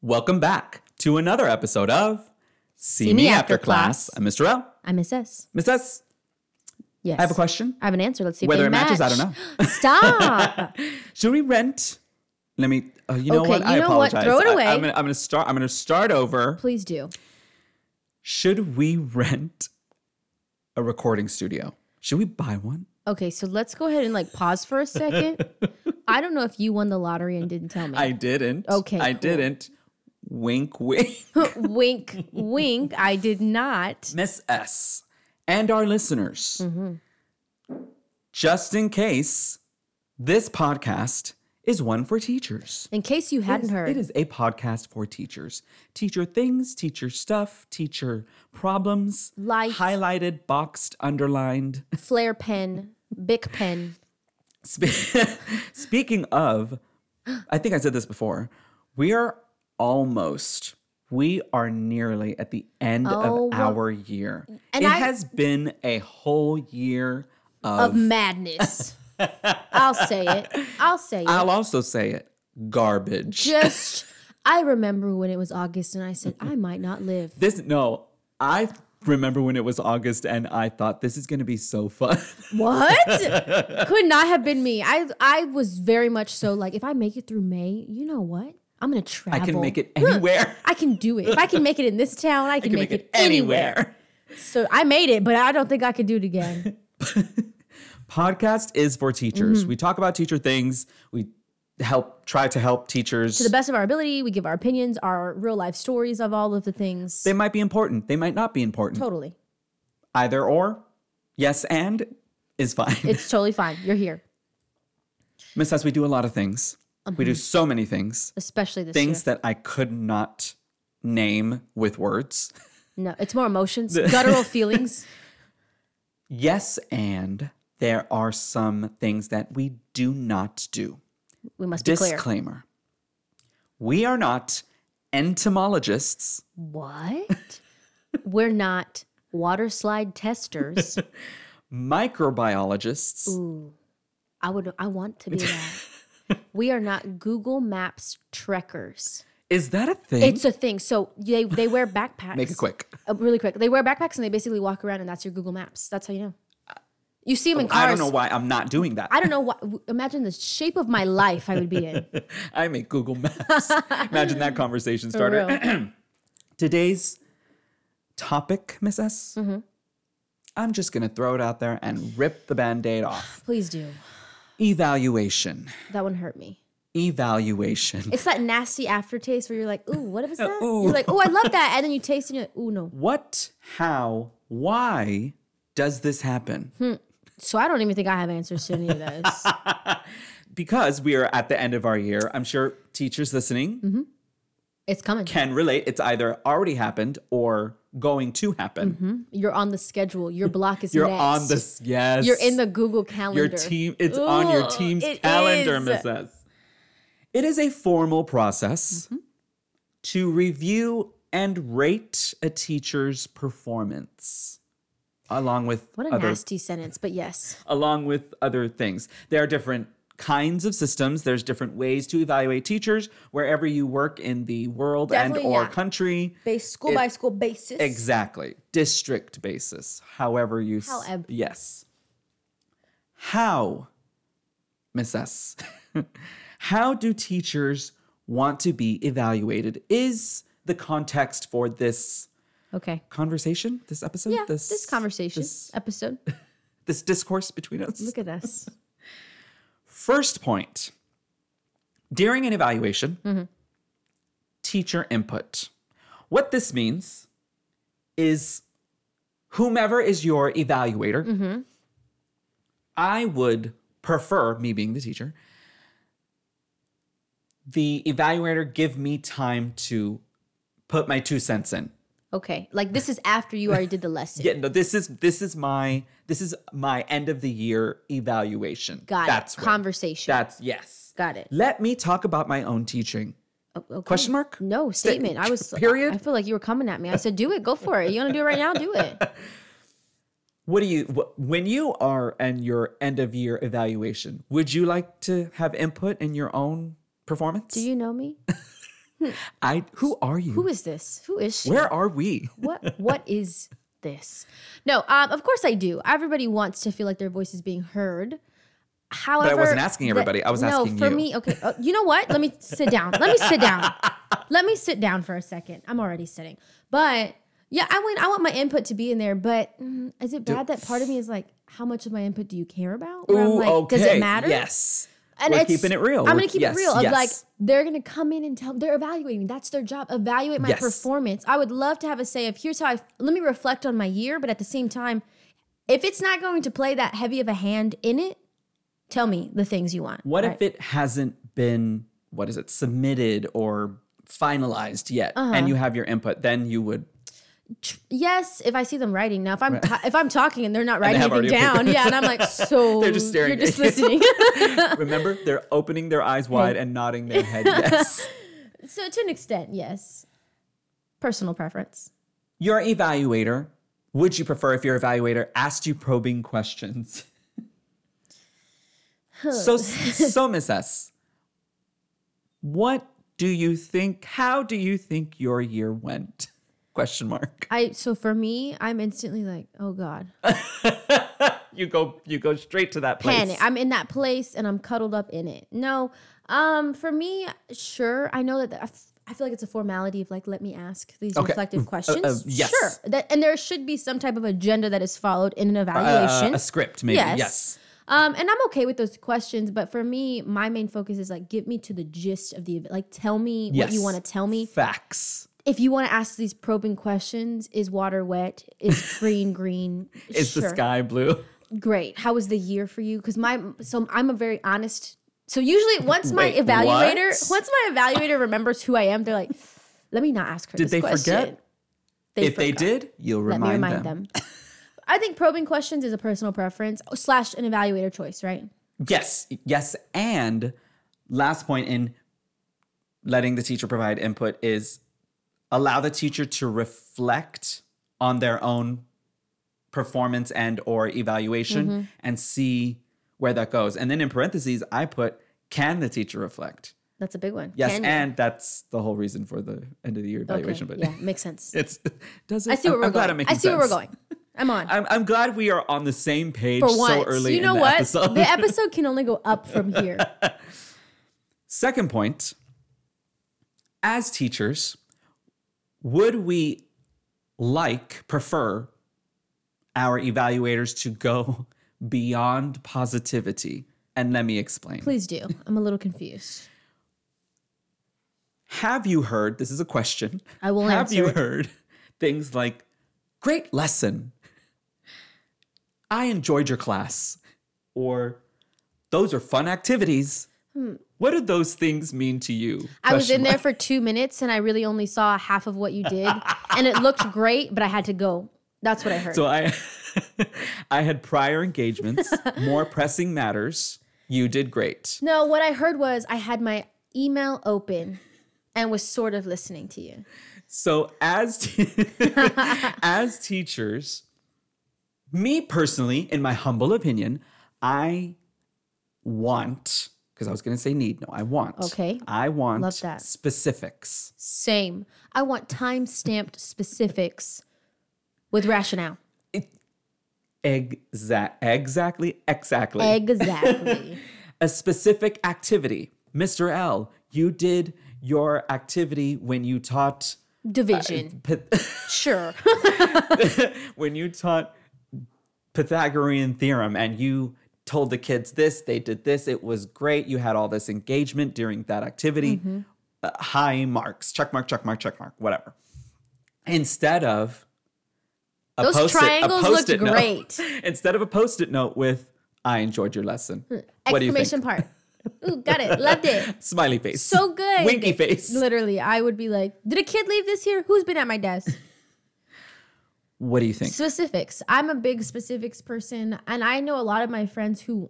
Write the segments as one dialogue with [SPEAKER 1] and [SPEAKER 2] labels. [SPEAKER 1] Welcome back to another episode of See, Me, After Class. I'm Mr. L.
[SPEAKER 2] I'm Miss S.
[SPEAKER 1] Miss S,
[SPEAKER 2] Yes.
[SPEAKER 1] I have a question.
[SPEAKER 2] I have an answer. Let's see
[SPEAKER 1] Whether
[SPEAKER 2] if
[SPEAKER 1] it
[SPEAKER 2] they
[SPEAKER 1] matches, I
[SPEAKER 2] match.
[SPEAKER 1] don't
[SPEAKER 2] know. Stop.
[SPEAKER 1] Should we rent? Let me. Oh, you know
[SPEAKER 2] Okay,
[SPEAKER 1] what?
[SPEAKER 2] you
[SPEAKER 1] I
[SPEAKER 2] know what?
[SPEAKER 1] apologize.
[SPEAKER 2] Throw it away.
[SPEAKER 1] I, am gonna, I'm gonna start. I'm gonna start over.
[SPEAKER 2] Please do.
[SPEAKER 1] Should we rent a recording studio? Should we buy one?
[SPEAKER 2] Okay, so let's go ahead and like pause for a second. I don't know if you won the lottery and didn't tell me.
[SPEAKER 1] I didn't.
[SPEAKER 2] Okay,
[SPEAKER 1] I
[SPEAKER 2] cool.
[SPEAKER 1] didn't. Wink, wink.
[SPEAKER 2] wink, wink. I did not.
[SPEAKER 1] Miss S and our listeners.
[SPEAKER 2] Mm-hmm.
[SPEAKER 1] Just in case, this podcast is one for teachers.
[SPEAKER 2] In case you
[SPEAKER 1] It
[SPEAKER 2] hadn't
[SPEAKER 1] is-
[SPEAKER 2] heard,
[SPEAKER 1] It is a podcast for teachers. Teacher things, teacher stuff, teacher problems,
[SPEAKER 2] Life.
[SPEAKER 1] highlighted, boxed, underlined.
[SPEAKER 2] flare pen, bic pen.
[SPEAKER 1] Spe- Speaking of, I think I said this before. We are almost, we are nearly at the end
[SPEAKER 2] Oh,
[SPEAKER 1] of our year.
[SPEAKER 2] and
[SPEAKER 1] it
[SPEAKER 2] I-
[SPEAKER 1] has been a whole year of,
[SPEAKER 2] of madness. I'll say it. I'll say it.
[SPEAKER 1] I'll also say it, garbage.
[SPEAKER 2] Just, I remember when it was August and I said, I might not live.
[SPEAKER 1] This, no, I remember when it was August and I thought this is going to be so fun.
[SPEAKER 2] What? Could not have been me. I I was very much so like if I make it through May, you know what? I'm gonna
[SPEAKER 1] I
[SPEAKER 2] travel.
[SPEAKER 1] can make it anywhere.
[SPEAKER 2] I can do it. If I can make it in this town, I
[SPEAKER 1] I
[SPEAKER 2] can,
[SPEAKER 1] can
[SPEAKER 2] make, it, anywhere. So I made it, but I don't think I could do it again.
[SPEAKER 1] Podcast is for teachers.
[SPEAKER 2] Mm-hmm.
[SPEAKER 1] We talk about teacher things. We help try to help teachers
[SPEAKER 2] to the best of our ability, we give our opinions, our real life stories of all of the things.
[SPEAKER 1] They might be important. They might not be important.
[SPEAKER 2] totally.
[SPEAKER 1] Either or, yes and is fine.
[SPEAKER 2] It's totally fine. You're here.
[SPEAKER 1] Miss S, we do a lot of things. We do so many things.
[SPEAKER 2] Especially Mm-hmm. this
[SPEAKER 1] Things that I could not name with words.
[SPEAKER 2] year. No, it's more emotions, guttural feelings.
[SPEAKER 1] Yes and there are some things that we do not do.
[SPEAKER 2] We must be clear.
[SPEAKER 1] Disclaimer. We are not entomologists.
[SPEAKER 2] What? We're not water slide testers.
[SPEAKER 1] Microbiologists.
[SPEAKER 2] Ooh, I would. I want to be that. we are not Google Maps trekkers.
[SPEAKER 1] Is that a thing?
[SPEAKER 2] It's a thing. So they they wear backpacks.
[SPEAKER 1] Mm-hmm. Make it quick.
[SPEAKER 2] Uh, really quick. They wear backpacks and they basically walk around, and that's your Google Maps. That's how you know. You see them in cars.
[SPEAKER 1] Oh, I don't know why I'm not doing that.
[SPEAKER 2] I don't know why. w- Imagine the shape of my life I would be in.
[SPEAKER 1] I'm at Google Maps. Imagine that conversation
[SPEAKER 2] For
[SPEAKER 1] starter.
[SPEAKER 2] real.
[SPEAKER 1] Today's topic, Miss S.
[SPEAKER 2] Mm-hmm.
[SPEAKER 1] am just going to throw it out there and rip the band aid off.
[SPEAKER 2] Please do.
[SPEAKER 1] Evaluation.
[SPEAKER 2] That one hurt me.
[SPEAKER 1] Evaluation.
[SPEAKER 2] It's that nasty aftertaste where you're like, ooh, what was that?
[SPEAKER 1] Ooh.
[SPEAKER 2] You're like, oh, I love that. And then you taste it and you're like, ooh, no.
[SPEAKER 1] What, how, why does this happen?
[SPEAKER 2] So I don't even think I have answers to any of those.
[SPEAKER 1] Because we are at the end of our year, I'm sure teachers listening
[SPEAKER 2] Mm-hmm. it's coming.
[SPEAKER 1] can relate. It's either already happened or going to
[SPEAKER 2] Mm-hmm.
[SPEAKER 1] happen.
[SPEAKER 2] You're on the schedule. Your block is
[SPEAKER 1] You're
[SPEAKER 2] next.
[SPEAKER 1] on this. Yes.
[SPEAKER 2] You're in the Google calendar.
[SPEAKER 1] Your team, it's on your
[SPEAKER 2] Ugh,
[SPEAKER 1] team's
[SPEAKER 2] it
[SPEAKER 1] calendar,
[SPEAKER 2] is.
[SPEAKER 1] Miss S. It is a formal process
[SPEAKER 2] Mm-hmm.
[SPEAKER 1] to review and rate a teacher's performance, along with
[SPEAKER 2] What a
[SPEAKER 1] other,
[SPEAKER 2] nasty sentence, but yes.
[SPEAKER 1] along with other things. There are different kinds of systems. There's different ways to evaluate teachers wherever you work in the world and
[SPEAKER 2] Definitely,
[SPEAKER 1] or
[SPEAKER 2] yeah.
[SPEAKER 1] country.
[SPEAKER 2] Base school by school basis.
[SPEAKER 1] Exactly. District basis, however you. s-
[SPEAKER 2] However.
[SPEAKER 1] Yes. How, Miss S, how do teachers want to be evaluated? Is the context for this
[SPEAKER 2] okay.
[SPEAKER 1] conversation, this episode,
[SPEAKER 2] Yeah, this, conversation
[SPEAKER 1] this,
[SPEAKER 2] episode.
[SPEAKER 1] this discourse between us?
[SPEAKER 2] Look at us.
[SPEAKER 1] First point during an evaluation,
[SPEAKER 2] Mm-hmm.
[SPEAKER 1] teacher input. What this means is whomever is your evaluator,
[SPEAKER 2] Mm-hmm.
[SPEAKER 1] I would prefer, me being the teacher, the evaluator give me time to put my two cents in.
[SPEAKER 2] Okay. Like this is after you already did the lesson.
[SPEAKER 1] Yeah, no, this is this is my this is my end of the year evaluation.
[SPEAKER 2] Got
[SPEAKER 1] That's
[SPEAKER 2] it.
[SPEAKER 1] what-
[SPEAKER 2] Conversation.
[SPEAKER 1] that's yes.
[SPEAKER 2] Got it.
[SPEAKER 1] Let me talk about my own teaching.
[SPEAKER 2] O- okay.
[SPEAKER 1] Question mark?
[SPEAKER 2] No statement. I was
[SPEAKER 1] Period?
[SPEAKER 2] I feel like you were coming at me. I said, "Do it. Go for it. You want to do it right now? Do it."
[SPEAKER 1] What do you wh- when you are in your end of year evaluation? Would you like to have input in your own performance?
[SPEAKER 2] Do you know me?
[SPEAKER 1] I who are you?
[SPEAKER 2] Who is this? Who is she?
[SPEAKER 1] Where are we?
[SPEAKER 2] what what is this? No, um, of course I do. Everybody wants to feel like their voice is being heard. However,
[SPEAKER 1] wasn't asking
[SPEAKER 2] that-
[SPEAKER 1] everybody. I was
[SPEAKER 2] no,
[SPEAKER 1] asking
[SPEAKER 2] for
[SPEAKER 1] you.
[SPEAKER 2] me. Okay, uh, you know what? Let me sit down. Let me sit down. Let me sit down for a second. I'm already sitting, but yeah, I want I want my input to be in there. But mm, is it bad that part of me is like, how much of my input do you care about? Where I'm like, does it matter?
[SPEAKER 1] Yes.
[SPEAKER 2] and
[SPEAKER 1] We're
[SPEAKER 2] it's-
[SPEAKER 1] keeping it real.
[SPEAKER 2] I'm
[SPEAKER 1] We're-
[SPEAKER 2] gonna keep
[SPEAKER 1] Oh, yes,
[SPEAKER 2] it real. Of
[SPEAKER 1] yes.
[SPEAKER 2] like they're gonna come in and tell they're evaluating. That's their job. Evaluate my
[SPEAKER 1] Yes.
[SPEAKER 2] performance. I would love to have a say of here's how I let me reflect on my year, but at the same time, if it's not going to play that heavy of a hand in it, tell me the things you want.
[SPEAKER 1] What
[SPEAKER 2] right?
[SPEAKER 1] if it hasn't been what is it submitted or finalized yet,
[SPEAKER 2] Uh-huh.
[SPEAKER 1] and you have your input? Then you would.
[SPEAKER 2] yes, if I see them writing now, if I'm ta- if I'm talking and they're not writing
[SPEAKER 1] have
[SPEAKER 2] anything
[SPEAKER 1] already-
[SPEAKER 2] down, yeah, and I'm like, so
[SPEAKER 1] They're just staring
[SPEAKER 2] You're
[SPEAKER 1] at
[SPEAKER 2] just
[SPEAKER 1] you.
[SPEAKER 2] listening.
[SPEAKER 1] Remember, they're opening their eyes wide and nodding their head yes.
[SPEAKER 2] so to an extent, yes, personal preference.
[SPEAKER 1] Your evaluator. Would you prefer if your evaluator asked you probing questions? so, so Miss S, what do you think? How do you think your year went? Question mark.
[SPEAKER 2] I so for me, I'm instantly like, oh god.
[SPEAKER 1] You go. You go straight to that place.
[SPEAKER 2] panic. I'm in that place and I'm cuddled up in it. No, um, for me, sure. I know that the, I f- I feel like it's a formality of like, let me ask these
[SPEAKER 1] Okay. Mm, uh,
[SPEAKER 2] reflective questions.
[SPEAKER 1] yes.
[SPEAKER 2] Sure. That, and there should be some type of agenda that is followed in an
[SPEAKER 1] Uh,
[SPEAKER 2] evaluation.
[SPEAKER 1] a script, maybe.
[SPEAKER 2] Yes.
[SPEAKER 1] Yes.
[SPEAKER 2] um, and I'm okay with those questions, but for me, my main focus is like, get me to the gist of the event. Like, tell me what
[SPEAKER 1] Yes.
[SPEAKER 2] you want to tell me.
[SPEAKER 1] Facts.
[SPEAKER 2] If you want to ask these probing questions, is water wet? Is green green?
[SPEAKER 1] Is the
[SPEAKER 2] Sure
[SPEAKER 1] sky blue?
[SPEAKER 2] great how was the year for you because my so i'm a very honest so usually once my
[SPEAKER 1] Wait,
[SPEAKER 2] evaluator
[SPEAKER 1] what?
[SPEAKER 2] once my evaluator remembers who i am they're like let me not ask her
[SPEAKER 1] Did
[SPEAKER 2] this
[SPEAKER 1] they
[SPEAKER 2] question.
[SPEAKER 1] forget? if they
[SPEAKER 2] forgot.
[SPEAKER 1] did, you'll
[SPEAKER 2] let
[SPEAKER 1] remind,
[SPEAKER 2] me remind them, i think probing questions is a personal preference slash an evaluator choice right
[SPEAKER 1] Yes. Yes. And last point in letting the teacher provide input is allow the teacher to reflect on their own performance and or evaluation
[SPEAKER 2] Mm-hmm.
[SPEAKER 1] and see where that goes. And then in parentheses, I put can the teacher reflect?
[SPEAKER 2] that's a big one
[SPEAKER 1] Yes,
[SPEAKER 2] Can you?
[SPEAKER 1] and that's the whole reason for the end of the year
[SPEAKER 2] Okay,
[SPEAKER 1] evaluation. But
[SPEAKER 2] yeah makes sense
[SPEAKER 1] it's does it?
[SPEAKER 2] i see where
[SPEAKER 1] I'm-
[SPEAKER 2] we're
[SPEAKER 1] I'm glad I'm
[SPEAKER 2] going i
[SPEAKER 1] making
[SPEAKER 2] see where we're
[SPEAKER 1] sense.
[SPEAKER 2] going i'm on
[SPEAKER 1] I'm, I'm glad we are on the same page
[SPEAKER 2] for once
[SPEAKER 1] so early
[SPEAKER 2] you know
[SPEAKER 1] in the
[SPEAKER 2] what
[SPEAKER 1] episode.
[SPEAKER 2] the episode can only go up from here
[SPEAKER 1] Second point as teachers, would we like, prefer our evaluators to go beyond positivity? And let me explain.
[SPEAKER 2] please do i'm a little confused
[SPEAKER 1] Have you heard? This is a question.
[SPEAKER 2] I will
[SPEAKER 1] Have
[SPEAKER 2] answer
[SPEAKER 1] you
[SPEAKER 2] it.
[SPEAKER 1] heard things like "Great lesson," "I enjoyed your class," or "Those are fun activities"? What do those things mean to you?
[SPEAKER 2] Hmm. I was
[SPEAKER 1] Question
[SPEAKER 2] in there for two minutes and I really only saw half of what you did. and it looked great, but I had to go. That's what I heard.
[SPEAKER 1] So I I had prior engagements, more pressing matters. You did great.
[SPEAKER 2] no, what I heard was I had my email open and was sort of listening to you.
[SPEAKER 1] So as te- as teachers, me personally, in my humble opinion, I want because I was going to say need. No, I want.
[SPEAKER 2] Okay.
[SPEAKER 1] I want
[SPEAKER 2] Love that.
[SPEAKER 1] specifics.
[SPEAKER 2] Same. I want time stamped specifics with rationale.
[SPEAKER 1] Exact. Exactly. Exactly.
[SPEAKER 2] Exactly.
[SPEAKER 1] a specific activity. Mr. L, you did your activity when you taught
[SPEAKER 2] Division.
[SPEAKER 1] Pyth-
[SPEAKER 2] sure.
[SPEAKER 1] when you taught Pythagorean theorem and you told the kids this, they did this, it was great. You had all this engagement during that activity.
[SPEAKER 2] Mm-hmm.
[SPEAKER 1] Uh, high marks, check mark, check mark, check mark, whatever. Instead of a
[SPEAKER 2] Those
[SPEAKER 1] post-it, a
[SPEAKER 2] triangles looked
[SPEAKER 1] post-it note.
[SPEAKER 2] great.
[SPEAKER 1] Instead of a post-it note with "I enjoyed your lesson," what do you
[SPEAKER 2] Hmm, Exclamation
[SPEAKER 1] think?
[SPEAKER 2] part. Ooh, got it. Loved it.
[SPEAKER 1] Smiley face,
[SPEAKER 2] So good.
[SPEAKER 1] winky face.
[SPEAKER 2] Literally, I would be like, did a kid leave this here? Who's been at my desk?
[SPEAKER 1] What do you think?
[SPEAKER 2] specifics. I'm a big specifics person, and I know a lot of my friends who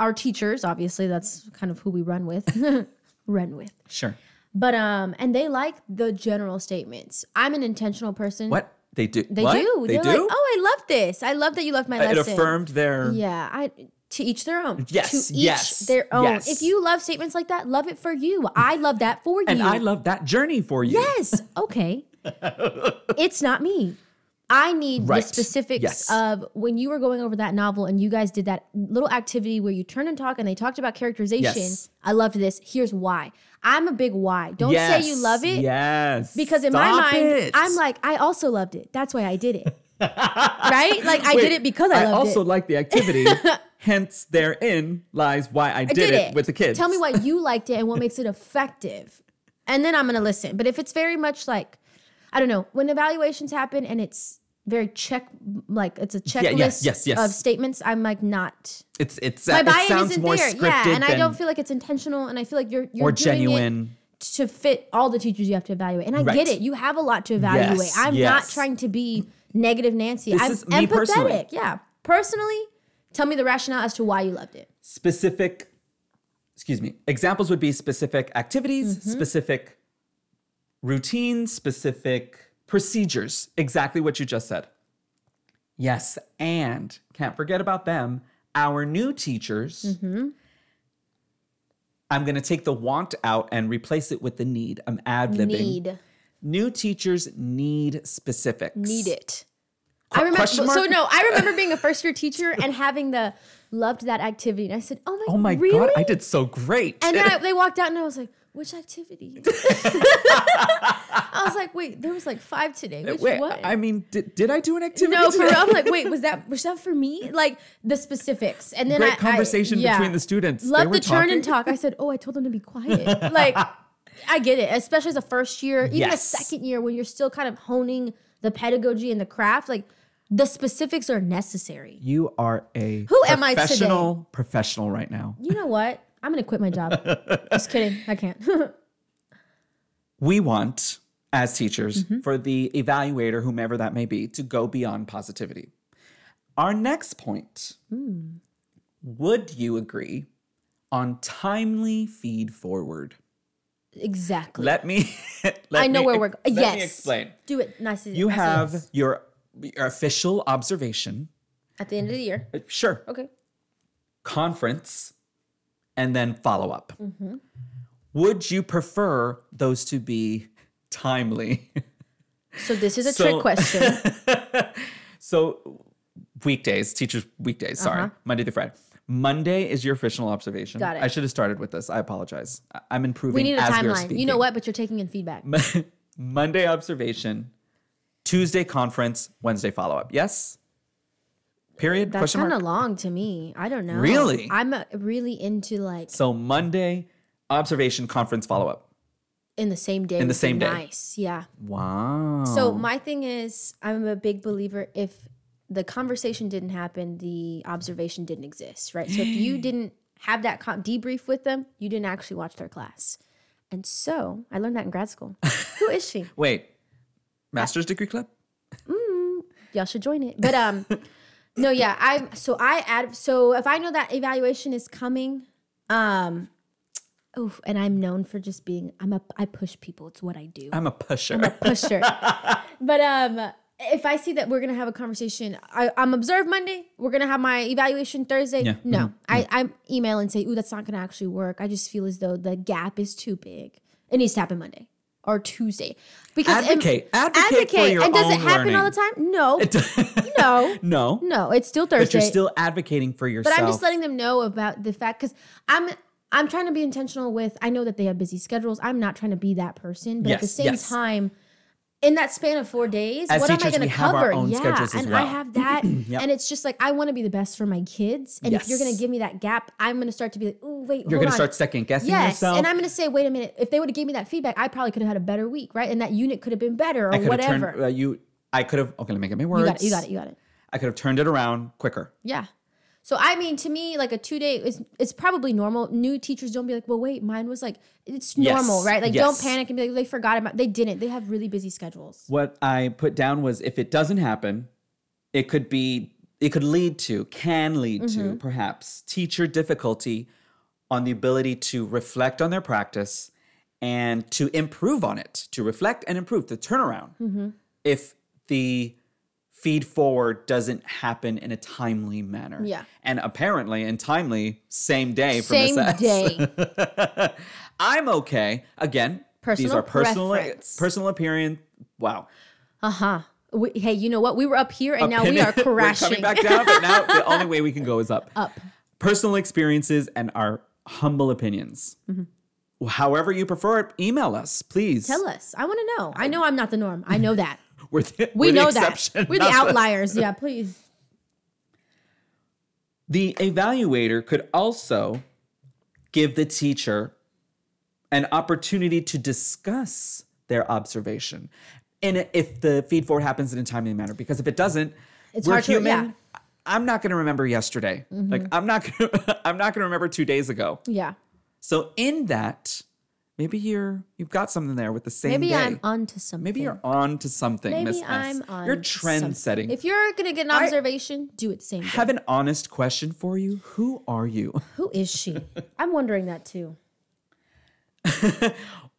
[SPEAKER 2] are teachers. Obviously, that's kind of who we run with. run with.
[SPEAKER 1] Sure.
[SPEAKER 2] But um, and they like the general statements. I'm an intentional person.
[SPEAKER 1] What they do?
[SPEAKER 2] they
[SPEAKER 1] what?
[SPEAKER 2] do?
[SPEAKER 1] They
[SPEAKER 2] They're "Oh,
[SPEAKER 1] do. Uh,
[SPEAKER 2] like, oh, I love this. I love that you love my
[SPEAKER 1] it
[SPEAKER 2] lesson.
[SPEAKER 1] affirmed their
[SPEAKER 2] Yeah, I to each their own.
[SPEAKER 1] Yes,
[SPEAKER 2] to each
[SPEAKER 1] yes,
[SPEAKER 2] their own.
[SPEAKER 1] yes.
[SPEAKER 2] If you love statements like that, love it for you. I love that for you.
[SPEAKER 1] And I love that journey for you.
[SPEAKER 2] Yes. Okay. it's not me. I need
[SPEAKER 1] Right.
[SPEAKER 2] the specifics
[SPEAKER 1] Yes.
[SPEAKER 2] of when you were going over that novel and you guys did that little activity where you turn and talk and they talked about characterization.
[SPEAKER 1] Yes.
[SPEAKER 2] I loved this. Here's why. I'm a big why. Don't say you
[SPEAKER 1] Yes,
[SPEAKER 2] love it
[SPEAKER 1] Yes.
[SPEAKER 2] because in my
[SPEAKER 1] Stop
[SPEAKER 2] mind,
[SPEAKER 1] it.
[SPEAKER 2] I'm like, I also loved it. That's why I did it. right? Like I did
[SPEAKER 1] Wait,
[SPEAKER 2] it because
[SPEAKER 1] I
[SPEAKER 2] I, loved
[SPEAKER 1] also
[SPEAKER 2] it.
[SPEAKER 1] like the activity. Hence, therein lies why I, did, it, with the kids.
[SPEAKER 2] Tell me why you liked it and what makes it effective. And then I'm going to listen. But if it's very much like, I don't know, when evaluations happen and it's very check, like it's a checklist
[SPEAKER 1] Yeah, yes, yes, yes.
[SPEAKER 2] of statements, I'm like not.
[SPEAKER 1] It's it's
[SPEAKER 2] My
[SPEAKER 1] uh,
[SPEAKER 2] buy-in
[SPEAKER 1] it sounds
[SPEAKER 2] isn't
[SPEAKER 1] more
[SPEAKER 2] there.
[SPEAKER 1] scripted
[SPEAKER 2] Yeah, and
[SPEAKER 1] than,
[SPEAKER 2] I don't feel like it's intentional. And I feel like you're, you're
[SPEAKER 1] or
[SPEAKER 2] doing it
[SPEAKER 1] genuine.
[SPEAKER 2] to fit all the teachers you have to evaluate. And I
[SPEAKER 1] Right.
[SPEAKER 2] get it. You have a lot to evaluate.
[SPEAKER 1] Yes,
[SPEAKER 2] I'm not
[SPEAKER 1] yes.
[SPEAKER 2] trying to be negative Nancy.
[SPEAKER 1] This
[SPEAKER 2] I'm
[SPEAKER 1] is me
[SPEAKER 2] empathetic.
[SPEAKER 1] personally.
[SPEAKER 2] Yeah. Personally, tell me the rationale as to why you loved it.
[SPEAKER 1] specific excuse me examples would be specific activities
[SPEAKER 2] Mm-hmm.
[SPEAKER 1] specific routines specific procedures exactly what you just said yes and can't forget about them our new teachers
[SPEAKER 2] Mm-hmm.
[SPEAKER 1] i'm going to take the want out and replace it with the need i'm ad-libbing
[SPEAKER 2] Need.
[SPEAKER 1] new teachers need specifics
[SPEAKER 2] Need it. I remember.
[SPEAKER 1] question
[SPEAKER 2] So
[SPEAKER 1] mark?
[SPEAKER 2] no, I remember being a first year teacher and having the loved that activity. And I said, "Oh my,
[SPEAKER 1] oh my
[SPEAKER 2] really?
[SPEAKER 1] god i did so great
[SPEAKER 2] And then I, they walked out, and I was like, "Which activity?" I was like, "Wait, there was like five today. Which
[SPEAKER 1] Wait,
[SPEAKER 2] what?"
[SPEAKER 1] i mean did, did i do an activity
[SPEAKER 2] no, for
[SPEAKER 1] today?
[SPEAKER 2] real. I'm like, wait, was that was that for me? Like the specifics, and then
[SPEAKER 1] great
[SPEAKER 2] I,
[SPEAKER 1] conversation
[SPEAKER 2] I, yeah.
[SPEAKER 1] between the students. They
[SPEAKER 2] Love
[SPEAKER 1] were
[SPEAKER 2] the turn and
[SPEAKER 1] talking.
[SPEAKER 2] talk. I said, oh, I told them to be quiet. like, I get it, especially as a first year, even
[SPEAKER 1] Yes.
[SPEAKER 2] a second year when you're still kind of honing the pedagogy and the craft. Like, the specifics are necessary.
[SPEAKER 1] You are a
[SPEAKER 2] Who am I today?
[SPEAKER 1] professional professional right now.
[SPEAKER 2] You know what? I'm gonna quit my job. Just kidding. I can't.
[SPEAKER 1] We want as teachers
[SPEAKER 2] Mm-hmm.
[SPEAKER 1] for the evaluator whomever that may be to go beyond positivity. Our next point.
[SPEAKER 2] Hmm.
[SPEAKER 1] Would you agree on timely feed forward?
[SPEAKER 2] exactly.
[SPEAKER 1] Let me let
[SPEAKER 2] I know
[SPEAKER 1] me
[SPEAKER 2] where
[SPEAKER 1] ex-
[SPEAKER 2] we're. Go-
[SPEAKER 1] Let
[SPEAKER 2] yes.
[SPEAKER 1] me explain.
[SPEAKER 2] Do it nicely.
[SPEAKER 1] You
[SPEAKER 2] nicely.
[SPEAKER 1] have your your official observation.
[SPEAKER 2] at the end of the year.
[SPEAKER 1] Uh, Sure.
[SPEAKER 2] Okay.
[SPEAKER 1] conference, and then follow up.
[SPEAKER 2] Mm-hmm.
[SPEAKER 1] Would you prefer those to be timely?
[SPEAKER 2] So this is a
[SPEAKER 1] So-
[SPEAKER 2] trick question.
[SPEAKER 1] so, weekdays, teachers' weekdays, sorry, Monday through Friday. Monday is your official observation.
[SPEAKER 2] Uh-huh. Got it.
[SPEAKER 1] I should have started with this. I apologize. I- I'm improving.
[SPEAKER 2] We need a
[SPEAKER 1] as we are
[SPEAKER 2] timeline. you know
[SPEAKER 1] speaking.
[SPEAKER 2] what? But you're taking in feedback.
[SPEAKER 1] Monday observation, Tuesday conference, Wednesday follow up. Yes. Period.
[SPEAKER 2] That's
[SPEAKER 1] question
[SPEAKER 2] kind
[SPEAKER 1] mark.
[SPEAKER 2] of long to me. I don't know.
[SPEAKER 1] Really?
[SPEAKER 2] I'm uh, really into like
[SPEAKER 1] so Monday observation, conference follow up.
[SPEAKER 2] in the same day.
[SPEAKER 1] the
[SPEAKER 2] would be
[SPEAKER 1] same day. Oh.
[SPEAKER 2] Nice. Yeah.
[SPEAKER 1] Wow.
[SPEAKER 2] So my thing is, I'm a big believer if the conversation didn't happen, the observation didn't exist, right? So if you didn't have that con- debrief with them, you didn't actually watch their class. And so I learned that in grad school. Who is she?
[SPEAKER 1] Wait, master's
[SPEAKER 2] Uh,
[SPEAKER 1] degree club?
[SPEAKER 2] y'all should join it. But um, no, yeah, I'm so I add so if I know that evaluation is coming, um, oof, and I'm known for just being I'm a I push people. It's what I do.
[SPEAKER 1] I'm a pusher.
[SPEAKER 2] pusher. but um, if I see that we're gonna have a conversation, I, I'm observed Monday. We're gonna have my evaluation Thursday.
[SPEAKER 1] Yeah,
[SPEAKER 2] No, I I email and say, ooh, that's not gonna actually work. I just feel as though the gap is too big. It needs to happen Monday or Tuesday because it-
[SPEAKER 1] Advocate. Advocate for your
[SPEAKER 2] and does
[SPEAKER 1] own
[SPEAKER 2] it happen all the
[SPEAKER 1] learning.
[SPEAKER 2] time? No, no,
[SPEAKER 1] no,
[SPEAKER 2] no. It's still
[SPEAKER 1] but
[SPEAKER 2] Thursday.
[SPEAKER 1] you're still advocating for yourself.
[SPEAKER 2] But I'm just letting them know about the fact because I'm I'm trying to be intentional with. I know that they have busy schedules. I'm not trying to be that person, but at the
[SPEAKER 1] Yes,
[SPEAKER 2] same
[SPEAKER 1] yes.
[SPEAKER 2] time, in that span of four days,
[SPEAKER 1] As
[SPEAKER 2] what am I
[SPEAKER 1] teachers,
[SPEAKER 2] going
[SPEAKER 1] we
[SPEAKER 2] to
[SPEAKER 1] have our
[SPEAKER 2] cover?
[SPEAKER 1] own
[SPEAKER 2] yeah,
[SPEAKER 1] schedules as
[SPEAKER 2] and I
[SPEAKER 1] well.
[SPEAKER 2] have that, and it's just like I want to be the best for my kids. And if you're going to
[SPEAKER 1] Yes.
[SPEAKER 2] give me that gap, I'm going to start to be like, oh
[SPEAKER 1] you're
[SPEAKER 2] wait, hold
[SPEAKER 1] going to
[SPEAKER 2] on.
[SPEAKER 1] start second guessing
[SPEAKER 2] Yes,
[SPEAKER 1] yourself.
[SPEAKER 2] and I'm going to say, wait a minute. If they would have given me that feedback, I probably could have had a better week, right? And that unit could have been better or
[SPEAKER 1] I could have
[SPEAKER 2] whatever.
[SPEAKER 1] turned uh, you. I could have. Okay, let me get my
[SPEAKER 2] you
[SPEAKER 1] words.
[SPEAKER 2] got it. You got it. You got it.
[SPEAKER 1] I could have turned it around quicker.
[SPEAKER 2] Yeah. So I mean, to me, like a two day is it's probably normal. New teachers don't be like, well, wait, mine was like it's
[SPEAKER 1] Yes,
[SPEAKER 2] normal, right? Like, don't
[SPEAKER 1] yes.
[SPEAKER 2] panic and be like, they forgot about. They didn't. They have really busy schedules.
[SPEAKER 1] What I put down was if it doesn't happen, it could be. It could lead to, can lead to,
[SPEAKER 2] Mm-hmm.
[SPEAKER 1] perhaps teacher difficulty on the ability to reflect on their practice and
[SPEAKER 2] Mm-hmm.
[SPEAKER 1] to improve on it, to reflect and improve the turnaround. If the feed forward doesn't happen in a timely manner.
[SPEAKER 2] Yeah.
[SPEAKER 1] And apparently, in timely, same day for
[SPEAKER 2] Same
[SPEAKER 1] Miss S.
[SPEAKER 2] day.
[SPEAKER 1] I'm okay. Again, these
[SPEAKER 2] Personal
[SPEAKER 1] are personal
[SPEAKER 2] preference.
[SPEAKER 1] personal appearance. Wow.
[SPEAKER 2] Uh huh. Hey, you know what? We were up here and now we are
[SPEAKER 1] We're
[SPEAKER 2] crashing.
[SPEAKER 1] coming back down, but now the only way we can go is up.
[SPEAKER 2] Up.
[SPEAKER 1] Personal experiences and our humble opinions. However you prefer it, email us, please.
[SPEAKER 2] Mm-hmm. Tell us. I want to know. I know I'm not the norm. I know that.
[SPEAKER 1] We're the,
[SPEAKER 2] We
[SPEAKER 1] we're the
[SPEAKER 2] know that.
[SPEAKER 1] exception,
[SPEAKER 2] We're the
[SPEAKER 1] not
[SPEAKER 2] outliers. Yeah, please.
[SPEAKER 1] The evaluator could also give the teacher an opportunity to discuss their observation. And if the feed forward happens in a timely manner, because if it doesn't,
[SPEAKER 2] It's
[SPEAKER 1] we're
[SPEAKER 2] hard to-
[SPEAKER 1] human.
[SPEAKER 2] yeah. Mm-hmm.
[SPEAKER 1] I'm not going to remember yesterday. Like I'm not going to I'm not going to remember 2 days ago.
[SPEAKER 2] Yeah.
[SPEAKER 1] So in that, maybe you're you've got something there with the same
[SPEAKER 2] Maybe
[SPEAKER 1] day.
[SPEAKER 2] I'm onto something.
[SPEAKER 1] maybe you're on to something, Miss
[SPEAKER 2] Maybe
[SPEAKER 1] S.
[SPEAKER 2] I'm on.
[SPEAKER 1] you're
[SPEAKER 2] to
[SPEAKER 1] trend
[SPEAKER 2] something.
[SPEAKER 1] setting.
[SPEAKER 2] If you're gonna get an
[SPEAKER 1] I-
[SPEAKER 2] observation, do it the same. Day.
[SPEAKER 1] have an honest question for you. Who are you?
[SPEAKER 2] Who is she? I'm wondering that too.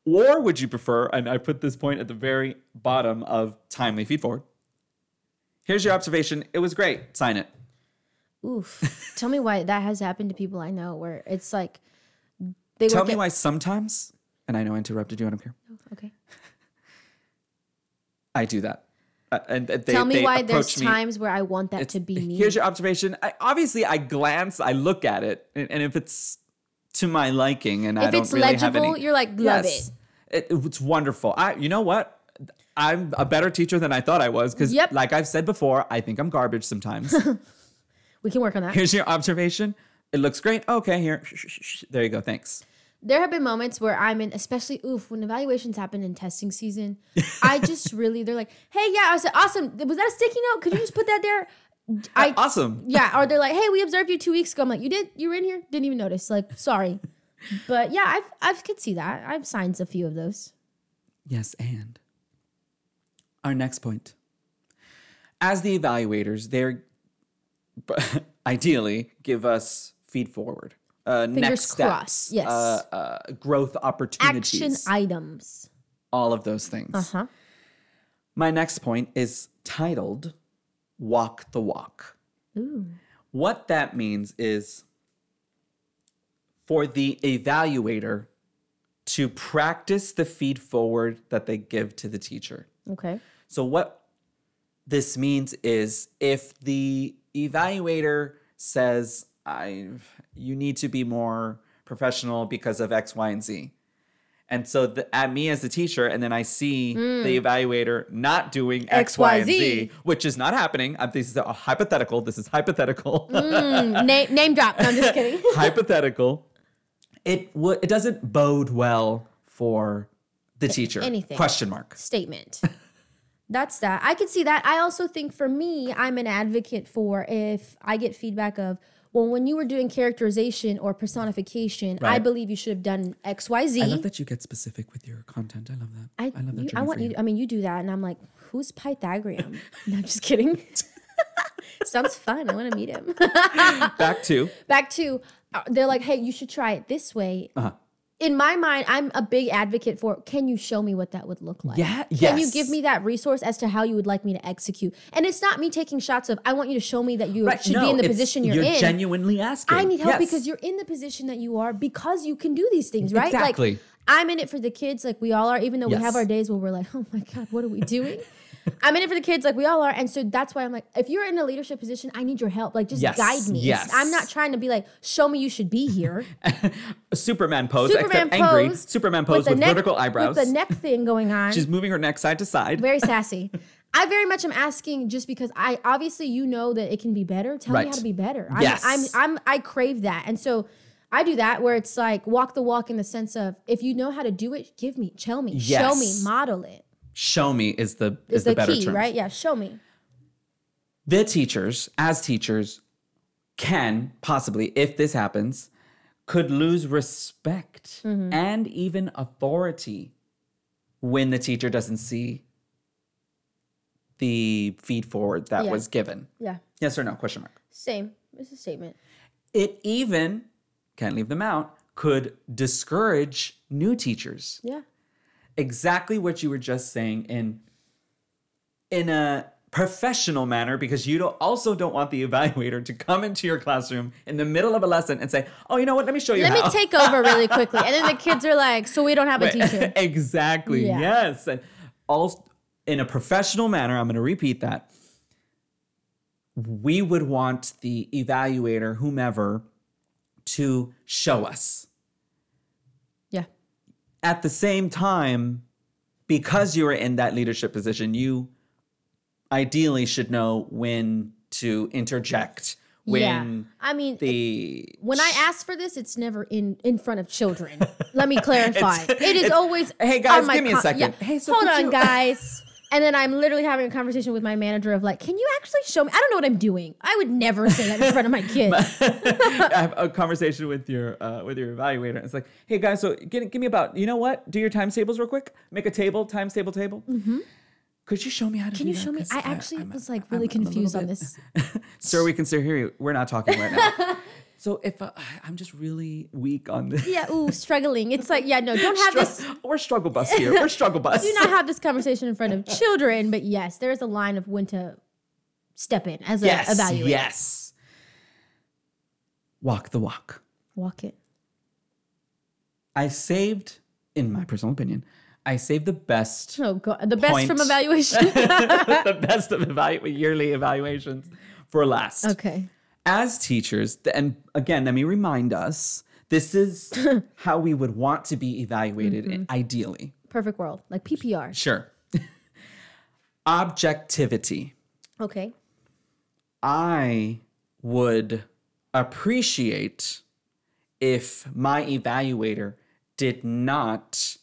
[SPEAKER 1] Or would you prefer, and I put this point at the very bottom of timely feed forward. Here's your observation. It was great. Sign it.
[SPEAKER 2] Oof. Tell me why that has happened to people I know, where it's like they
[SPEAKER 1] Tell
[SPEAKER 2] work
[SPEAKER 1] me
[SPEAKER 2] at-
[SPEAKER 1] why sometimes, and I know I interrupted you, I don't care.
[SPEAKER 2] Okay.
[SPEAKER 1] I do that. Uh, and uh, they,
[SPEAKER 2] Tell me
[SPEAKER 1] they
[SPEAKER 2] why there's
[SPEAKER 1] approach me.
[SPEAKER 2] times where I want that to be me.
[SPEAKER 1] Here's your observation. I, obviously, I glance, I look at it, and, and if it's to my liking, and I
[SPEAKER 2] if
[SPEAKER 1] don't
[SPEAKER 2] it's
[SPEAKER 1] really have
[SPEAKER 2] legible,
[SPEAKER 1] any,
[SPEAKER 2] you're like love it.
[SPEAKER 1] it. It's wonderful. I, you know what? I'm a better teacher than I thought I was because,
[SPEAKER 2] Yep.
[SPEAKER 1] like I've said before, I think I'm garbage sometimes.
[SPEAKER 2] We can work on that.
[SPEAKER 1] Here's your observation. It looks great. Okay, here. Sh- sh- sh- There you go. Thanks.
[SPEAKER 2] there have been moments where I'm in, especially oof, when evaluations happen in testing season. I just really, they're like, hey, yeah, I said, awesome. Was that a sticky note? Could you just put that there? I,
[SPEAKER 1] Awesome.
[SPEAKER 2] yeah. Or they're like, hey, we observed you two weeks ago. I'm like, you did? You were in here? Didn't even notice. Like, sorry. But yeah, I've, I've could see that. I've signed a few of those.
[SPEAKER 1] Yes, and our next point. As the evaluators, they're ideally give us feed forward. Uh, next steps,
[SPEAKER 2] crossed, yes.
[SPEAKER 1] Uh, uh, growth opportunities.
[SPEAKER 2] Action items.
[SPEAKER 1] all of those things.
[SPEAKER 2] Uh huh.
[SPEAKER 1] My next point is titled Walk the Walk.
[SPEAKER 2] Ooh.
[SPEAKER 1] What that means is for the evaluator to practice the feed forward that they give to the teacher.
[SPEAKER 2] Okay.
[SPEAKER 1] So, what this means is if the evaluator says, I, you need to be more professional because of X, Y, and Z. And so, the, at me as the teacher, and then I see the evaluator not doing X,
[SPEAKER 2] Mm. X,
[SPEAKER 1] Y,
[SPEAKER 2] Y,
[SPEAKER 1] and
[SPEAKER 2] Z.
[SPEAKER 1] Z, which is not happening. Uh, This is a hypothetical. This is hypothetical.
[SPEAKER 2] Mm, name, name drop. No, I'm just kidding.
[SPEAKER 1] hypothetical. It would. It doesn't bode well for the teacher.
[SPEAKER 2] anything.
[SPEAKER 1] Question mark.
[SPEAKER 2] statement. That's that. I could see that. I also think for me, I'm an advocate for if I get feedback of, well, when you were doing characterization or personification, I
[SPEAKER 1] Right.
[SPEAKER 2] believe you should have done X, Y, Z.
[SPEAKER 1] I love that you get specific with your content. I love that. I, love that.
[SPEAKER 2] you- I
[SPEAKER 1] journey
[SPEAKER 2] want
[SPEAKER 1] for
[SPEAKER 2] you. I mean, you do that, and I'm like, who's Pythagorean? no, I'm just kidding. Sounds fun. I want to meet him. uh,
[SPEAKER 1] Back to
[SPEAKER 2] Back to, uh, they're like, hey, you should try it this way.
[SPEAKER 1] Uh-huh.
[SPEAKER 2] In my mind, I'm a big advocate for. Can you show me what that would look like?
[SPEAKER 1] yeah.
[SPEAKER 2] Can you give me that resource as to how you would like me to execute? And it's not me taking shots of, I want you to show me that you should be in the position you're, in.
[SPEAKER 1] genuinely asking.
[SPEAKER 2] I need help because you're in the position that you are because you can do these things, right?
[SPEAKER 1] Exactly.
[SPEAKER 2] Like, I'm in it for the kids, like we all are, even though we
[SPEAKER 1] Yes.
[SPEAKER 2] have our days where we're like, oh my God, what are we doing? I'm in it for the kids, like we all are. And so that's why I'm like, if you're in a leadership position, I need your help. Like, just
[SPEAKER 1] Yes,
[SPEAKER 2] guide me.
[SPEAKER 1] yes.
[SPEAKER 2] I'm not trying to be like, show me you should be here.
[SPEAKER 1] Superman pose,
[SPEAKER 2] Superman
[SPEAKER 1] except angry.
[SPEAKER 2] pose
[SPEAKER 1] Superman pose with,
[SPEAKER 2] the neck-
[SPEAKER 1] vertical eyebrows.
[SPEAKER 2] With the neck thing going on.
[SPEAKER 1] She's moving her neck side to side.
[SPEAKER 2] very sassy. I very much am asking just because I obviously you know that it can be better. Tell me
[SPEAKER 1] Right.
[SPEAKER 2] how to be better. I'm,
[SPEAKER 1] Yes.
[SPEAKER 2] I'm, I'm I crave that, and so I do that where it's like walk the walk in the sense of if you know how to do it, give me, tell me, show
[SPEAKER 1] Yes.
[SPEAKER 2] me, model it
[SPEAKER 1] Show me is the is,
[SPEAKER 2] is the,
[SPEAKER 1] better
[SPEAKER 2] key,
[SPEAKER 1] term.
[SPEAKER 2] right? Yeah, show me.
[SPEAKER 1] the teachers, as teachers, can possibly, if this happens, could lose respect and even authority when the teacher doesn't see the feed forward that
[SPEAKER 2] Yeah.
[SPEAKER 1] was given.
[SPEAKER 2] Yeah,
[SPEAKER 1] Yes or no? Question mark.
[SPEAKER 2] same. It's a statement.
[SPEAKER 1] It even can't leave them out. Could discourage new teachers.
[SPEAKER 2] Yeah,
[SPEAKER 1] Exactly what you were just saying in in a professional manner because you don't, also don't want the evaluator to come into your classroom in the middle of a lesson and say, "Oh, you know what? Let me show you."
[SPEAKER 2] Let me
[SPEAKER 1] how."
[SPEAKER 2] take over really quickly. And then the kids are like, so we don't have a teacher.
[SPEAKER 1] exactly.
[SPEAKER 2] Yeah.
[SPEAKER 1] Yes. And all in a professional manner, I'm going to repeat that. We would want the evaluator, whomever, to show us.
[SPEAKER 2] Yeah.
[SPEAKER 1] At the same time, because you are in that leadership position, you ideally should know when to interject,
[SPEAKER 2] yeah.
[SPEAKER 1] when
[SPEAKER 2] I mean,
[SPEAKER 1] the
[SPEAKER 2] when I ask for this, it's never in in front of children. Let me clarify.
[SPEAKER 1] It's-
[SPEAKER 2] it is
[SPEAKER 1] it's-
[SPEAKER 2] always
[SPEAKER 1] Hey, guys,
[SPEAKER 2] on my
[SPEAKER 1] give me a
[SPEAKER 2] con-
[SPEAKER 1] second. Hey, so
[SPEAKER 2] hold
[SPEAKER 1] could
[SPEAKER 2] on,
[SPEAKER 1] you-
[SPEAKER 2] guys. And then I'm literally having a conversation with my manager of like, can you actually show me? I don't know what I'm doing. I would never say that in front of my kids.
[SPEAKER 1] I have a conversation with your uh, with your evaluator. It's like, hey guys, so give, give me about you know what? Do your times tables real quick. Make a table, times table, table. Could you show me how to?
[SPEAKER 2] Mm-hmm. Can you show me? I actually was like really confused on this.
[SPEAKER 1] Sir, we can still hear you. We're not talking right now. so if uh, I'm just really weak on this,
[SPEAKER 2] Yeah, ooh, struggling. It's like, yeah, no, don't have
[SPEAKER 1] Strug-
[SPEAKER 2] this.
[SPEAKER 1] we're struggle bus here. We're struggle bus.
[SPEAKER 2] Do not have this conversation in front of children. But yes, there is a line of when to step in as a
[SPEAKER 1] yes,
[SPEAKER 2] evaluator.
[SPEAKER 1] yes. Walk the walk.
[SPEAKER 2] Walk it.
[SPEAKER 1] I saved, in my personal opinion, I saved the best.
[SPEAKER 2] Oh god, the best from
[SPEAKER 1] Point.
[SPEAKER 2] evaluation.
[SPEAKER 1] the best of evalu- yearly evaluations for last.
[SPEAKER 2] okay.
[SPEAKER 1] As teachers, th- and again, let me remind us this is how we would want to be evaluated i- ideally.
[SPEAKER 2] Perfect world, like PPR.
[SPEAKER 1] Sure. Objectivity.
[SPEAKER 2] Okay.
[SPEAKER 1] I would appreciate if my evaluator did not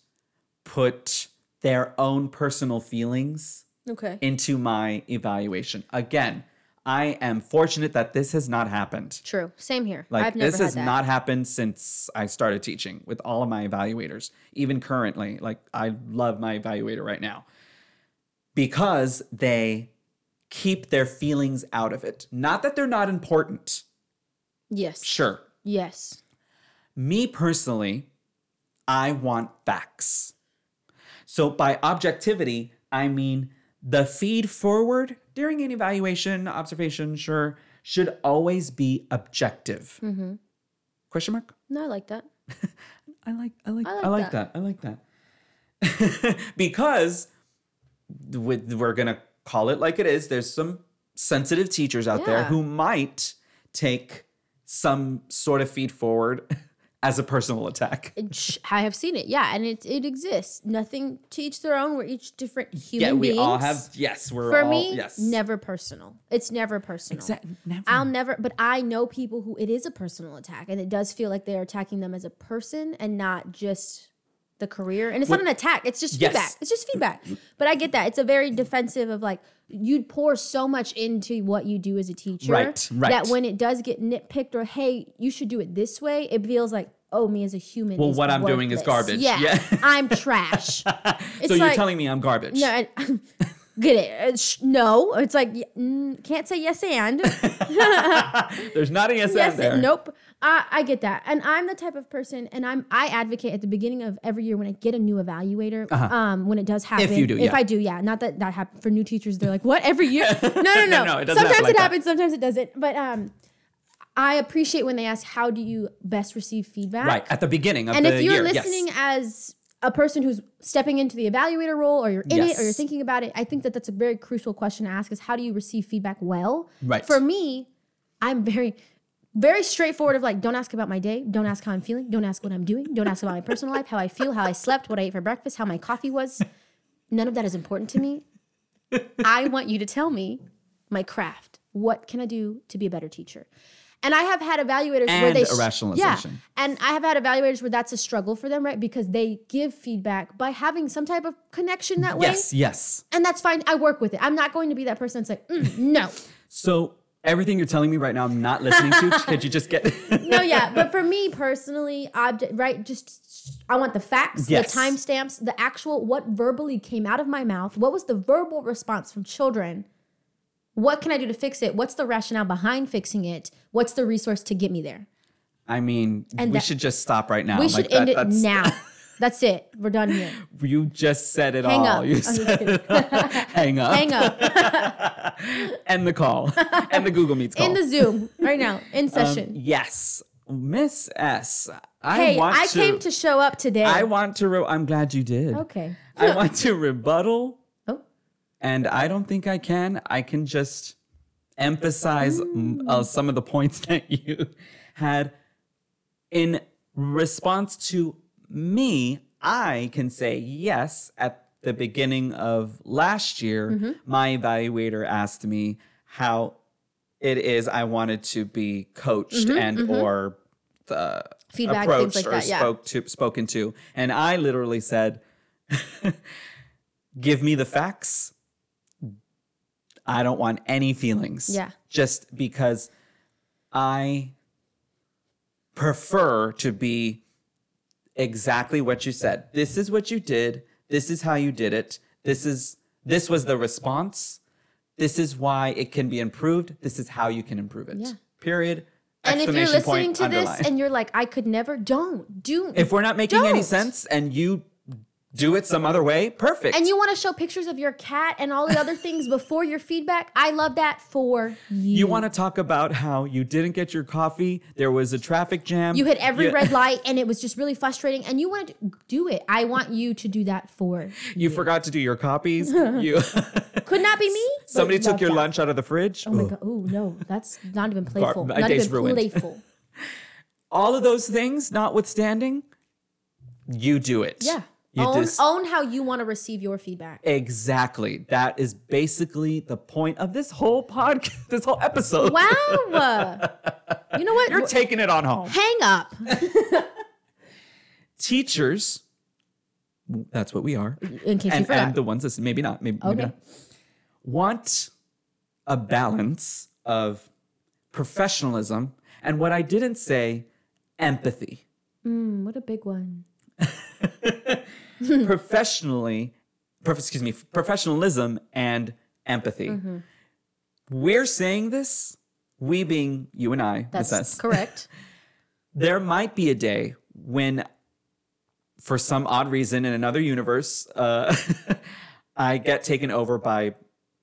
[SPEAKER 1] put their own personal feelings
[SPEAKER 2] Okay.
[SPEAKER 1] into my evaluation. Again, I am fortunate that this has not happened.
[SPEAKER 2] True. Same here.
[SPEAKER 1] Like
[SPEAKER 2] I've never
[SPEAKER 1] this
[SPEAKER 2] had
[SPEAKER 1] has
[SPEAKER 2] that.
[SPEAKER 1] not happened since I started teaching with all of my evaluators, even currently. Like I love my evaluator right now. Because they keep their feelings out of it. Not that they're not important.
[SPEAKER 2] yes.
[SPEAKER 1] Sure.
[SPEAKER 2] Yes.
[SPEAKER 1] Me personally, I want facts. So by objectivity, I mean the feed forward during an evaluation, observation, sure, should always be objective.
[SPEAKER 2] Mm-hmm.
[SPEAKER 1] Question mark?
[SPEAKER 2] No, I like that.
[SPEAKER 1] I like I like
[SPEAKER 2] I
[SPEAKER 1] I like,
[SPEAKER 2] like
[SPEAKER 1] that. I like that. because with, we're gonna call it like it is. There's some sensitive teachers out there
[SPEAKER 2] Yeah.
[SPEAKER 1] who might take some sort of feed forward as a personal attack.
[SPEAKER 2] It- sh- I have seen it. Yeah, and it it exists. Nothing to each their own. We're each different human
[SPEAKER 1] yeah, we
[SPEAKER 2] beings.
[SPEAKER 1] all have. Yes, we're
[SPEAKER 2] For
[SPEAKER 1] all.
[SPEAKER 2] me,
[SPEAKER 1] yes,
[SPEAKER 2] never Um, personal. It's never personal.
[SPEAKER 1] Exactly. Never.
[SPEAKER 2] I'll never, but I know people who it is a personal attack, and it does feel like they are attacking them as a person and not just the career. And it's not an attack; it's just
[SPEAKER 1] Yes.
[SPEAKER 2] feedback. It's just feedback. But I get that it's a very defensive of like you pour so much into what you do as a teacher
[SPEAKER 1] Right, right.
[SPEAKER 2] that when it does get nitpicked or hey, you should do it this way, it feels like oh, me as a human.
[SPEAKER 1] Well,
[SPEAKER 2] is
[SPEAKER 1] what I'm doing is
[SPEAKER 2] worthless.
[SPEAKER 1] garbage.
[SPEAKER 2] Yeah,
[SPEAKER 1] Yeah.
[SPEAKER 2] I'm trash.
[SPEAKER 1] so you're
[SPEAKER 2] like-
[SPEAKER 1] telling me I'm garbage?
[SPEAKER 2] No, and, get it? Uh, sh- No, it's like y- mm, can't say yes and.
[SPEAKER 1] There's not a yes, and
[SPEAKER 2] yes
[SPEAKER 1] there.
[SPEAKER 2] and nope I, I get that and i'm the type of person and i'm i advocate at the beginning of every year when i get a new evaluator um when it does happen
[SPEAKER 1] Uh-huh. you do,
[SPEAKER 2] if
[SPEAKER 1] yeah.
[SPEAKER 2] i do yeah not that that happens for new teachers they're like what every year no no no,
[SPEAKER 1] No, no, it doesn't happen
[SPEAKER 2] sometimes
[SPEAKER 1] like
[SPEAKER 2] it
[SPEAKER 1] that.
[SPEAKER 2] happens sometimes it doesn't but um i appreciate when they ask how do you best receive feedback
[SPEAKER 1] Right at the beginning of
[SPEAKER 2] and
[SPEAKER 1] the
[SPEAKER 2] if you're
[SPEAKER 1] year.
[SPEAKER 2] listening
[SPEAKER 1] yes.
[SPEAKER 2] as a person who's stepping into the evaluator role or you're in it or you're
[SPEAKER 1] Yes.
[SPEAKER 2] thinking about it, I think that that's a very crucial question to ask is how do you receive feedback well?
[SPEAKER 1] Right.
[SPEAKER 2] For me, I'm very very straightforward of like don't ask about my day, don't ask how I'm feeling, don't ask what I'm doing, don't ask about my personal life, how I feel, how I slept, what I ate for breakfast, how my coffee was. None of that is important to me. I want you to tell me my craft. What can I do to be a better teacher? And I have had evaluators where
[SPEAKER 1] And
[SPEAKER 2] they
[SPEAKER 1] a rationalization.
[SPEAKER 2] Yeah, and I have had evaluators where that's a struggle for them, right? Because they give feedback by having some type of connection that way.
[SPEAKER 1] yes, yes.
[SPEAKER 2] And that's fine. I work with it. I'm not going to be that person that's like, "Mm, no,
[SPEAKER 1] So everything you're telling me right now, I'm not listening to. Could you just get?
[SPEAKER 2] no, yeah. But for me personally, object, right? Just I want the facts,
[SPEAKER 1] Yes.
[SPEAKER 2] the timestamps, the actual what verbally came out of my mouth. What was the verbal response from children? What can I do to fix it? What's the rationale behind fixing it? What's the resource to get me there?
[SPEAKER 1] I mean,
[SPEAKER 2] And
[SPEAKER 1] we
[SPEAKER 2] that-
[SPEAKER 1] should just stop right now.
[SPEAKER 2] We
[SPEAKER 1] Like,
[SPEAKER 2] should
[SPEAKER 1] that-
[SPEAKER 2] end it
[SPEAKER 1] Oh that's-
[SPEAKER 2] now. That's it. We're done here.
[SPEAKER 1] You just said it
[SPEAKER 2] Hang
[SPEAKER 1] all.
[SPEAKER 2] up.
[SPEAKER 1] You
[SPEAKER 2] I'm just
[SPEAKER 1] said it all. hang up.
[SPEAKER 2] Hang up
[SPEAKER 1] And the call. and the Google Meets call.
[SPEAKER 2] in the Zoom right now in
[SPEAKER 1] Um,
[SPEAKER 2] session.
[SPEAKER 1] yes. Miss S. I
[SPEAKER 2] hey,
[SPEAKER 1] want
[SPEAKER 2] I
[SPEAKER 1] to,
[SPEAKER 2] came to show up today.
[SPEAKER 1] I want to. Re- I'm glad you did.
[SPEAKER 2] okay.
[SPEAKER 1] I want to rebuttal,
[SPEAKER 2] Oh,
[SPEAKER 1] and I don't think I can. I can just emphasize mm, uh, some of the points that you had in response to me. I can say yes at the beginning of last year. My evaluator asked me how it is I wanted to be coached and or uh,
[SPEAKER 2] feedback
[SPEAKER 1] approached
[SPEAKER 2] things like
[SPEAKER 1] or
[SPEAKER 2] that. Yeah.
[SPEAKER 1] spoke to spoken to and i literally said give me the facts i don't want any feelings
[SPEAKER 2] Yeah.
[SPEAKER 1] just because i prefer to be exactly what you said this is what you did this is how you did it this is this was the response this is why it can be improved this is how you can improve it
[SPEAKER 2] Yeah.
[SPEAKER 1] period
[SPEAKER 2] And if you're
[SPEAKER 1] Exclamation point,
[SPEAKER 2] listening to
[SPEAKER 1] underline
[SPEAKER 2] this and you're like, I could never, don't do.
[SPEAKER 1] if we're not making any
[SPEAKER 2] Don't.
[SPEAKER 1] sense and you do it some other way, perfect.
[SPEAKER 2] and you want to show pictures of your cat and all the other things before your feedback, I love that for you.
[SPEAKER 1] you want to talk about how you didn't get your coffee, there was a traffic jam.
[SPEAKER 2] You hit every
[SPEAKER 1] you,
[SPEAKER 2] red light and it was just really frustrating and you want to do it. I want you to do that for.
[SPEAKER 1] You forgot to do your copies. you
[SPEAKER 2] Could not be me. but
[SPEAKER 1] somebody took
[SPEAKER 2] love
[SPEAKER 1] your
[SPEAKER 2] that.
[SPEAKER 1] lunch out of the fridge.
[SPEAKER 2] Oh my god. Oh no, that's not even playful.
[SPEAKER 1] my
[SPEAKER 2] not
[SPEAKER 1] day's
[SPEAKER 2] even
[SPEAKER 1] ruined.
[SPEAKER 2] playful.
[SPEAKER 1] All of those things notwithstanding, you do it.
[SPEAKER 2] Yeah.
[SPEAKER 1] You
[SPEAKER 2] own
[SPEAKER 1] just-
[SPEAKER 2] own how you want to receive your feedback.
[SPEAKER 1] Exactly. That is basically the point of this whole podcast, this whole episode.
[SPEAKER 2] Wow. you know what?
[SPEAKER 1] You're taking it on home.
[SPEAKER 2] Hang up.
[SPEAKER 1] Teachers, that's what we are.
[SPEAKER 2] In case you
[SPEAKER 1] and,
[SPEAKER 2] forgot.
[SPEAKER 1] and the ones that maybe not, maybe, maybe
[SPEAKER 2] Okay.
[SPEAKER 1] not, want a balance of professionalism and what I didn't say, empathy.
[SPEAKER 2] Mm, what a big one.
[SPEAKER 1] Professionally, prof- excuse me, professionalism and empathy.
[SPEAKER 2] Mm-hmm.
[SPEAKER 1] We're saying this, we being you and I,
[SPEAKER 2] That's
[SPEAKER 1] Miss S.
[SPEAKER 2] correct.
[SPEAKER 1] there might be a day when for some odd reason in another universe uh, i get taken over by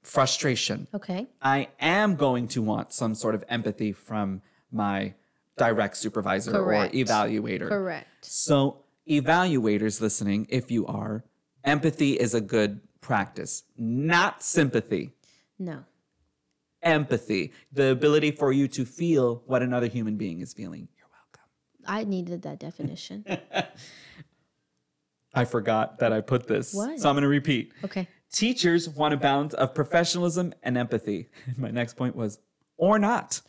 [SPEAKER 1] frustration
[SPEAKER 2] Okay.
[SPEAKER 1] i am going to want some sort of empathy from my direct supervisor
[SPEAKER 2] Correct.
[SPEAKER 1] or evaluator
[SPEAKER 2] Correct.
[SPEAKER 1] so evaluators listening if you are empathy is a good practice not sympathy
[SPEAKER 2] No.
[SPEAKER 1] empathy the ability for you to feel what another human being is feeling you're welcome
[SPEAKER 2] I needed that definition.
[SPEAKER 1] I forgot that I put this.
[SPEAKER 2] What?
[SPEAKER 1] So I'm going to repeat.
[SPEAKER 2] Okay.
[SPEAKER 1] Teachers want a balance of professionalism and empathy. My next point was, or not.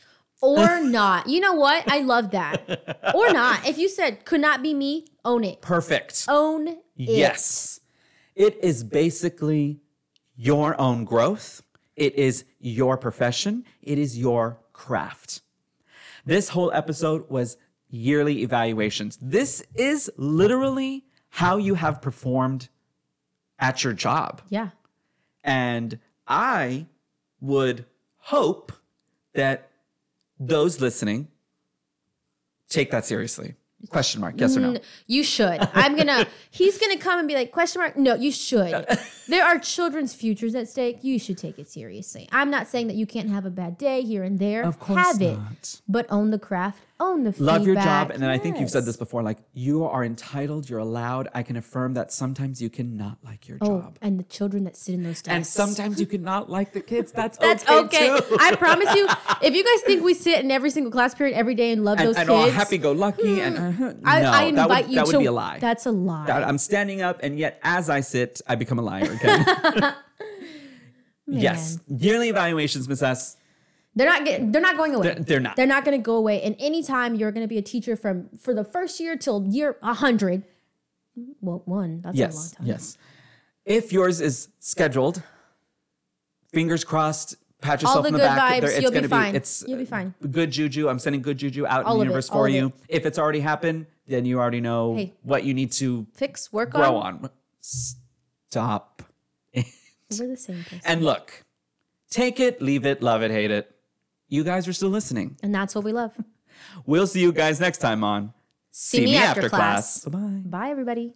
[SPEAKER 2] Or not. You know what? I love that. Or not. If you said could not be me, own it.
[SPEAKER 1] Perfect.
[SPEAKER 2] Own it.
[SPEAKER 1] Yes. It is basically your own growth, it is your profession, it is your craft. This whole episode was yearly evaluations. This is literally how you have performed at your job.
[SPEAKER 2] Yeah.
[SPEAKER 1] And I would hope that those listening take that seriously. Question mark, yes or no?
[SPEAKER 2] N- You should. I'm gonna. he's gonna come and be like, question mark. No, you should. there are children's futures at stake. You should take it seriously. I'm not saying that you can't have a bad day here and there.
[SPEAKER 1] Of course
[SPEAKER 2] have it,
[SPEAKER 1] not.
[SPEAKER 2] but own the craft. Own the
[SPEAKER 1] Love
[SPEAKER 2] feedback.
[SPEAKER 1] your job. And then I think you've said
[SPEAKER 2] Yes.
[SPEAKER 1] this before like, you are entitled, you're allowed. I can affirm that sometimes you cannot like your
[SPEAKER 2] Oh,
[SPEAKER 1] job.
[SPEAKER 2] and the children that sit in those desks.
[SPEAKER 1] And sometimes you cannot like the kids. That's,
[SPEAKER 2] That's okay.
[SPEAKER 1] okay. too.
[SPEAKER 2] I promise you, if you guys think we sit in every single class period every day and love
[SPEAKER 1] and
[SPEAKER 2] those
[SPEAKER 1] and all
[SPEAKER 2] kids, Hmm.
[SPEAKER 1] happy go lucky. And uh-huh.
[SPEAKER 2] I,
[SPEAKER 1] no,
[SPEAKER 2] I invite
[SPEAKER 1] that would,
[SPEAKER 2] you
[SPEAKER 1] that
[SPEAKER 2] to.
[SPEAKER 1] would be a lie.
[SPEAKER 2] That's a lie.
[SPEAKER 1] that I'm standing up, and yet as I sit, I become a liar again. yes. Yearly evaluations, Miss S,
[SPEAKER 2] They're not get, they're not going away.
[SPEAKER 1] They're- they're not.
[SPEAKER 2] They're not going to go away. And anytime you're going to be a teacher from for the first year till year 100. Well, one, that's a long
[SPEAKER 1] Yes.
[SPEAKER 2] time.
[SPEAKER 1] Yes. If yours is scheduled, fingers crossed, pat yourself
[SPEAKER 2] All the
[SPEAKER 1] in the
[SPEAKER 2] good
[SPEAKER 1] back.
[SPEAKER 2] vibes,
[SPEAKER 1] There- it's
[SPEAKER 2] you'll be
[SPEAKER 1] gonna
[SPEAKER 2] fine.
[SPEAKER 1] It's
[SPEAKER 2] You'll be fine.
[SPEAKER 1] uh, Good juju. I'm sending good juju out in
[SPEAKER 2] All
[SPEAKER 1] the
[SPEAKER 2] of it,
[SPEAKER 1] universe
[SPEAKER 2] all
[SPEAKER 1] for
[SPEAKER 2] of
[SPEAKER 1] you.
[SPEAKER 2] it.
[SPEAKER 1] If it's already happened, then you already know
[SPEAKER 2] Hey.
[SPEAKER 1] what you need to
[SPEAKER 2] Fix, work
[SPEAKER 1] grow
[SPEAKER 2] on.
[SPEAKER 1] on. Stop.
[SPEAKER 2] We're the same person.
[SPEAKER 1] And look, take it, leave it, love it, hate it. You guys are still listening.
[SPEAKER 2] And that's what we love.
[SPEAKER 1] We'll see you guys next time on
[SPEAKER 2] See, me, after, class.
[SPEAKER 1] Bye bye.
[SPEAKER 2] Bye everybody.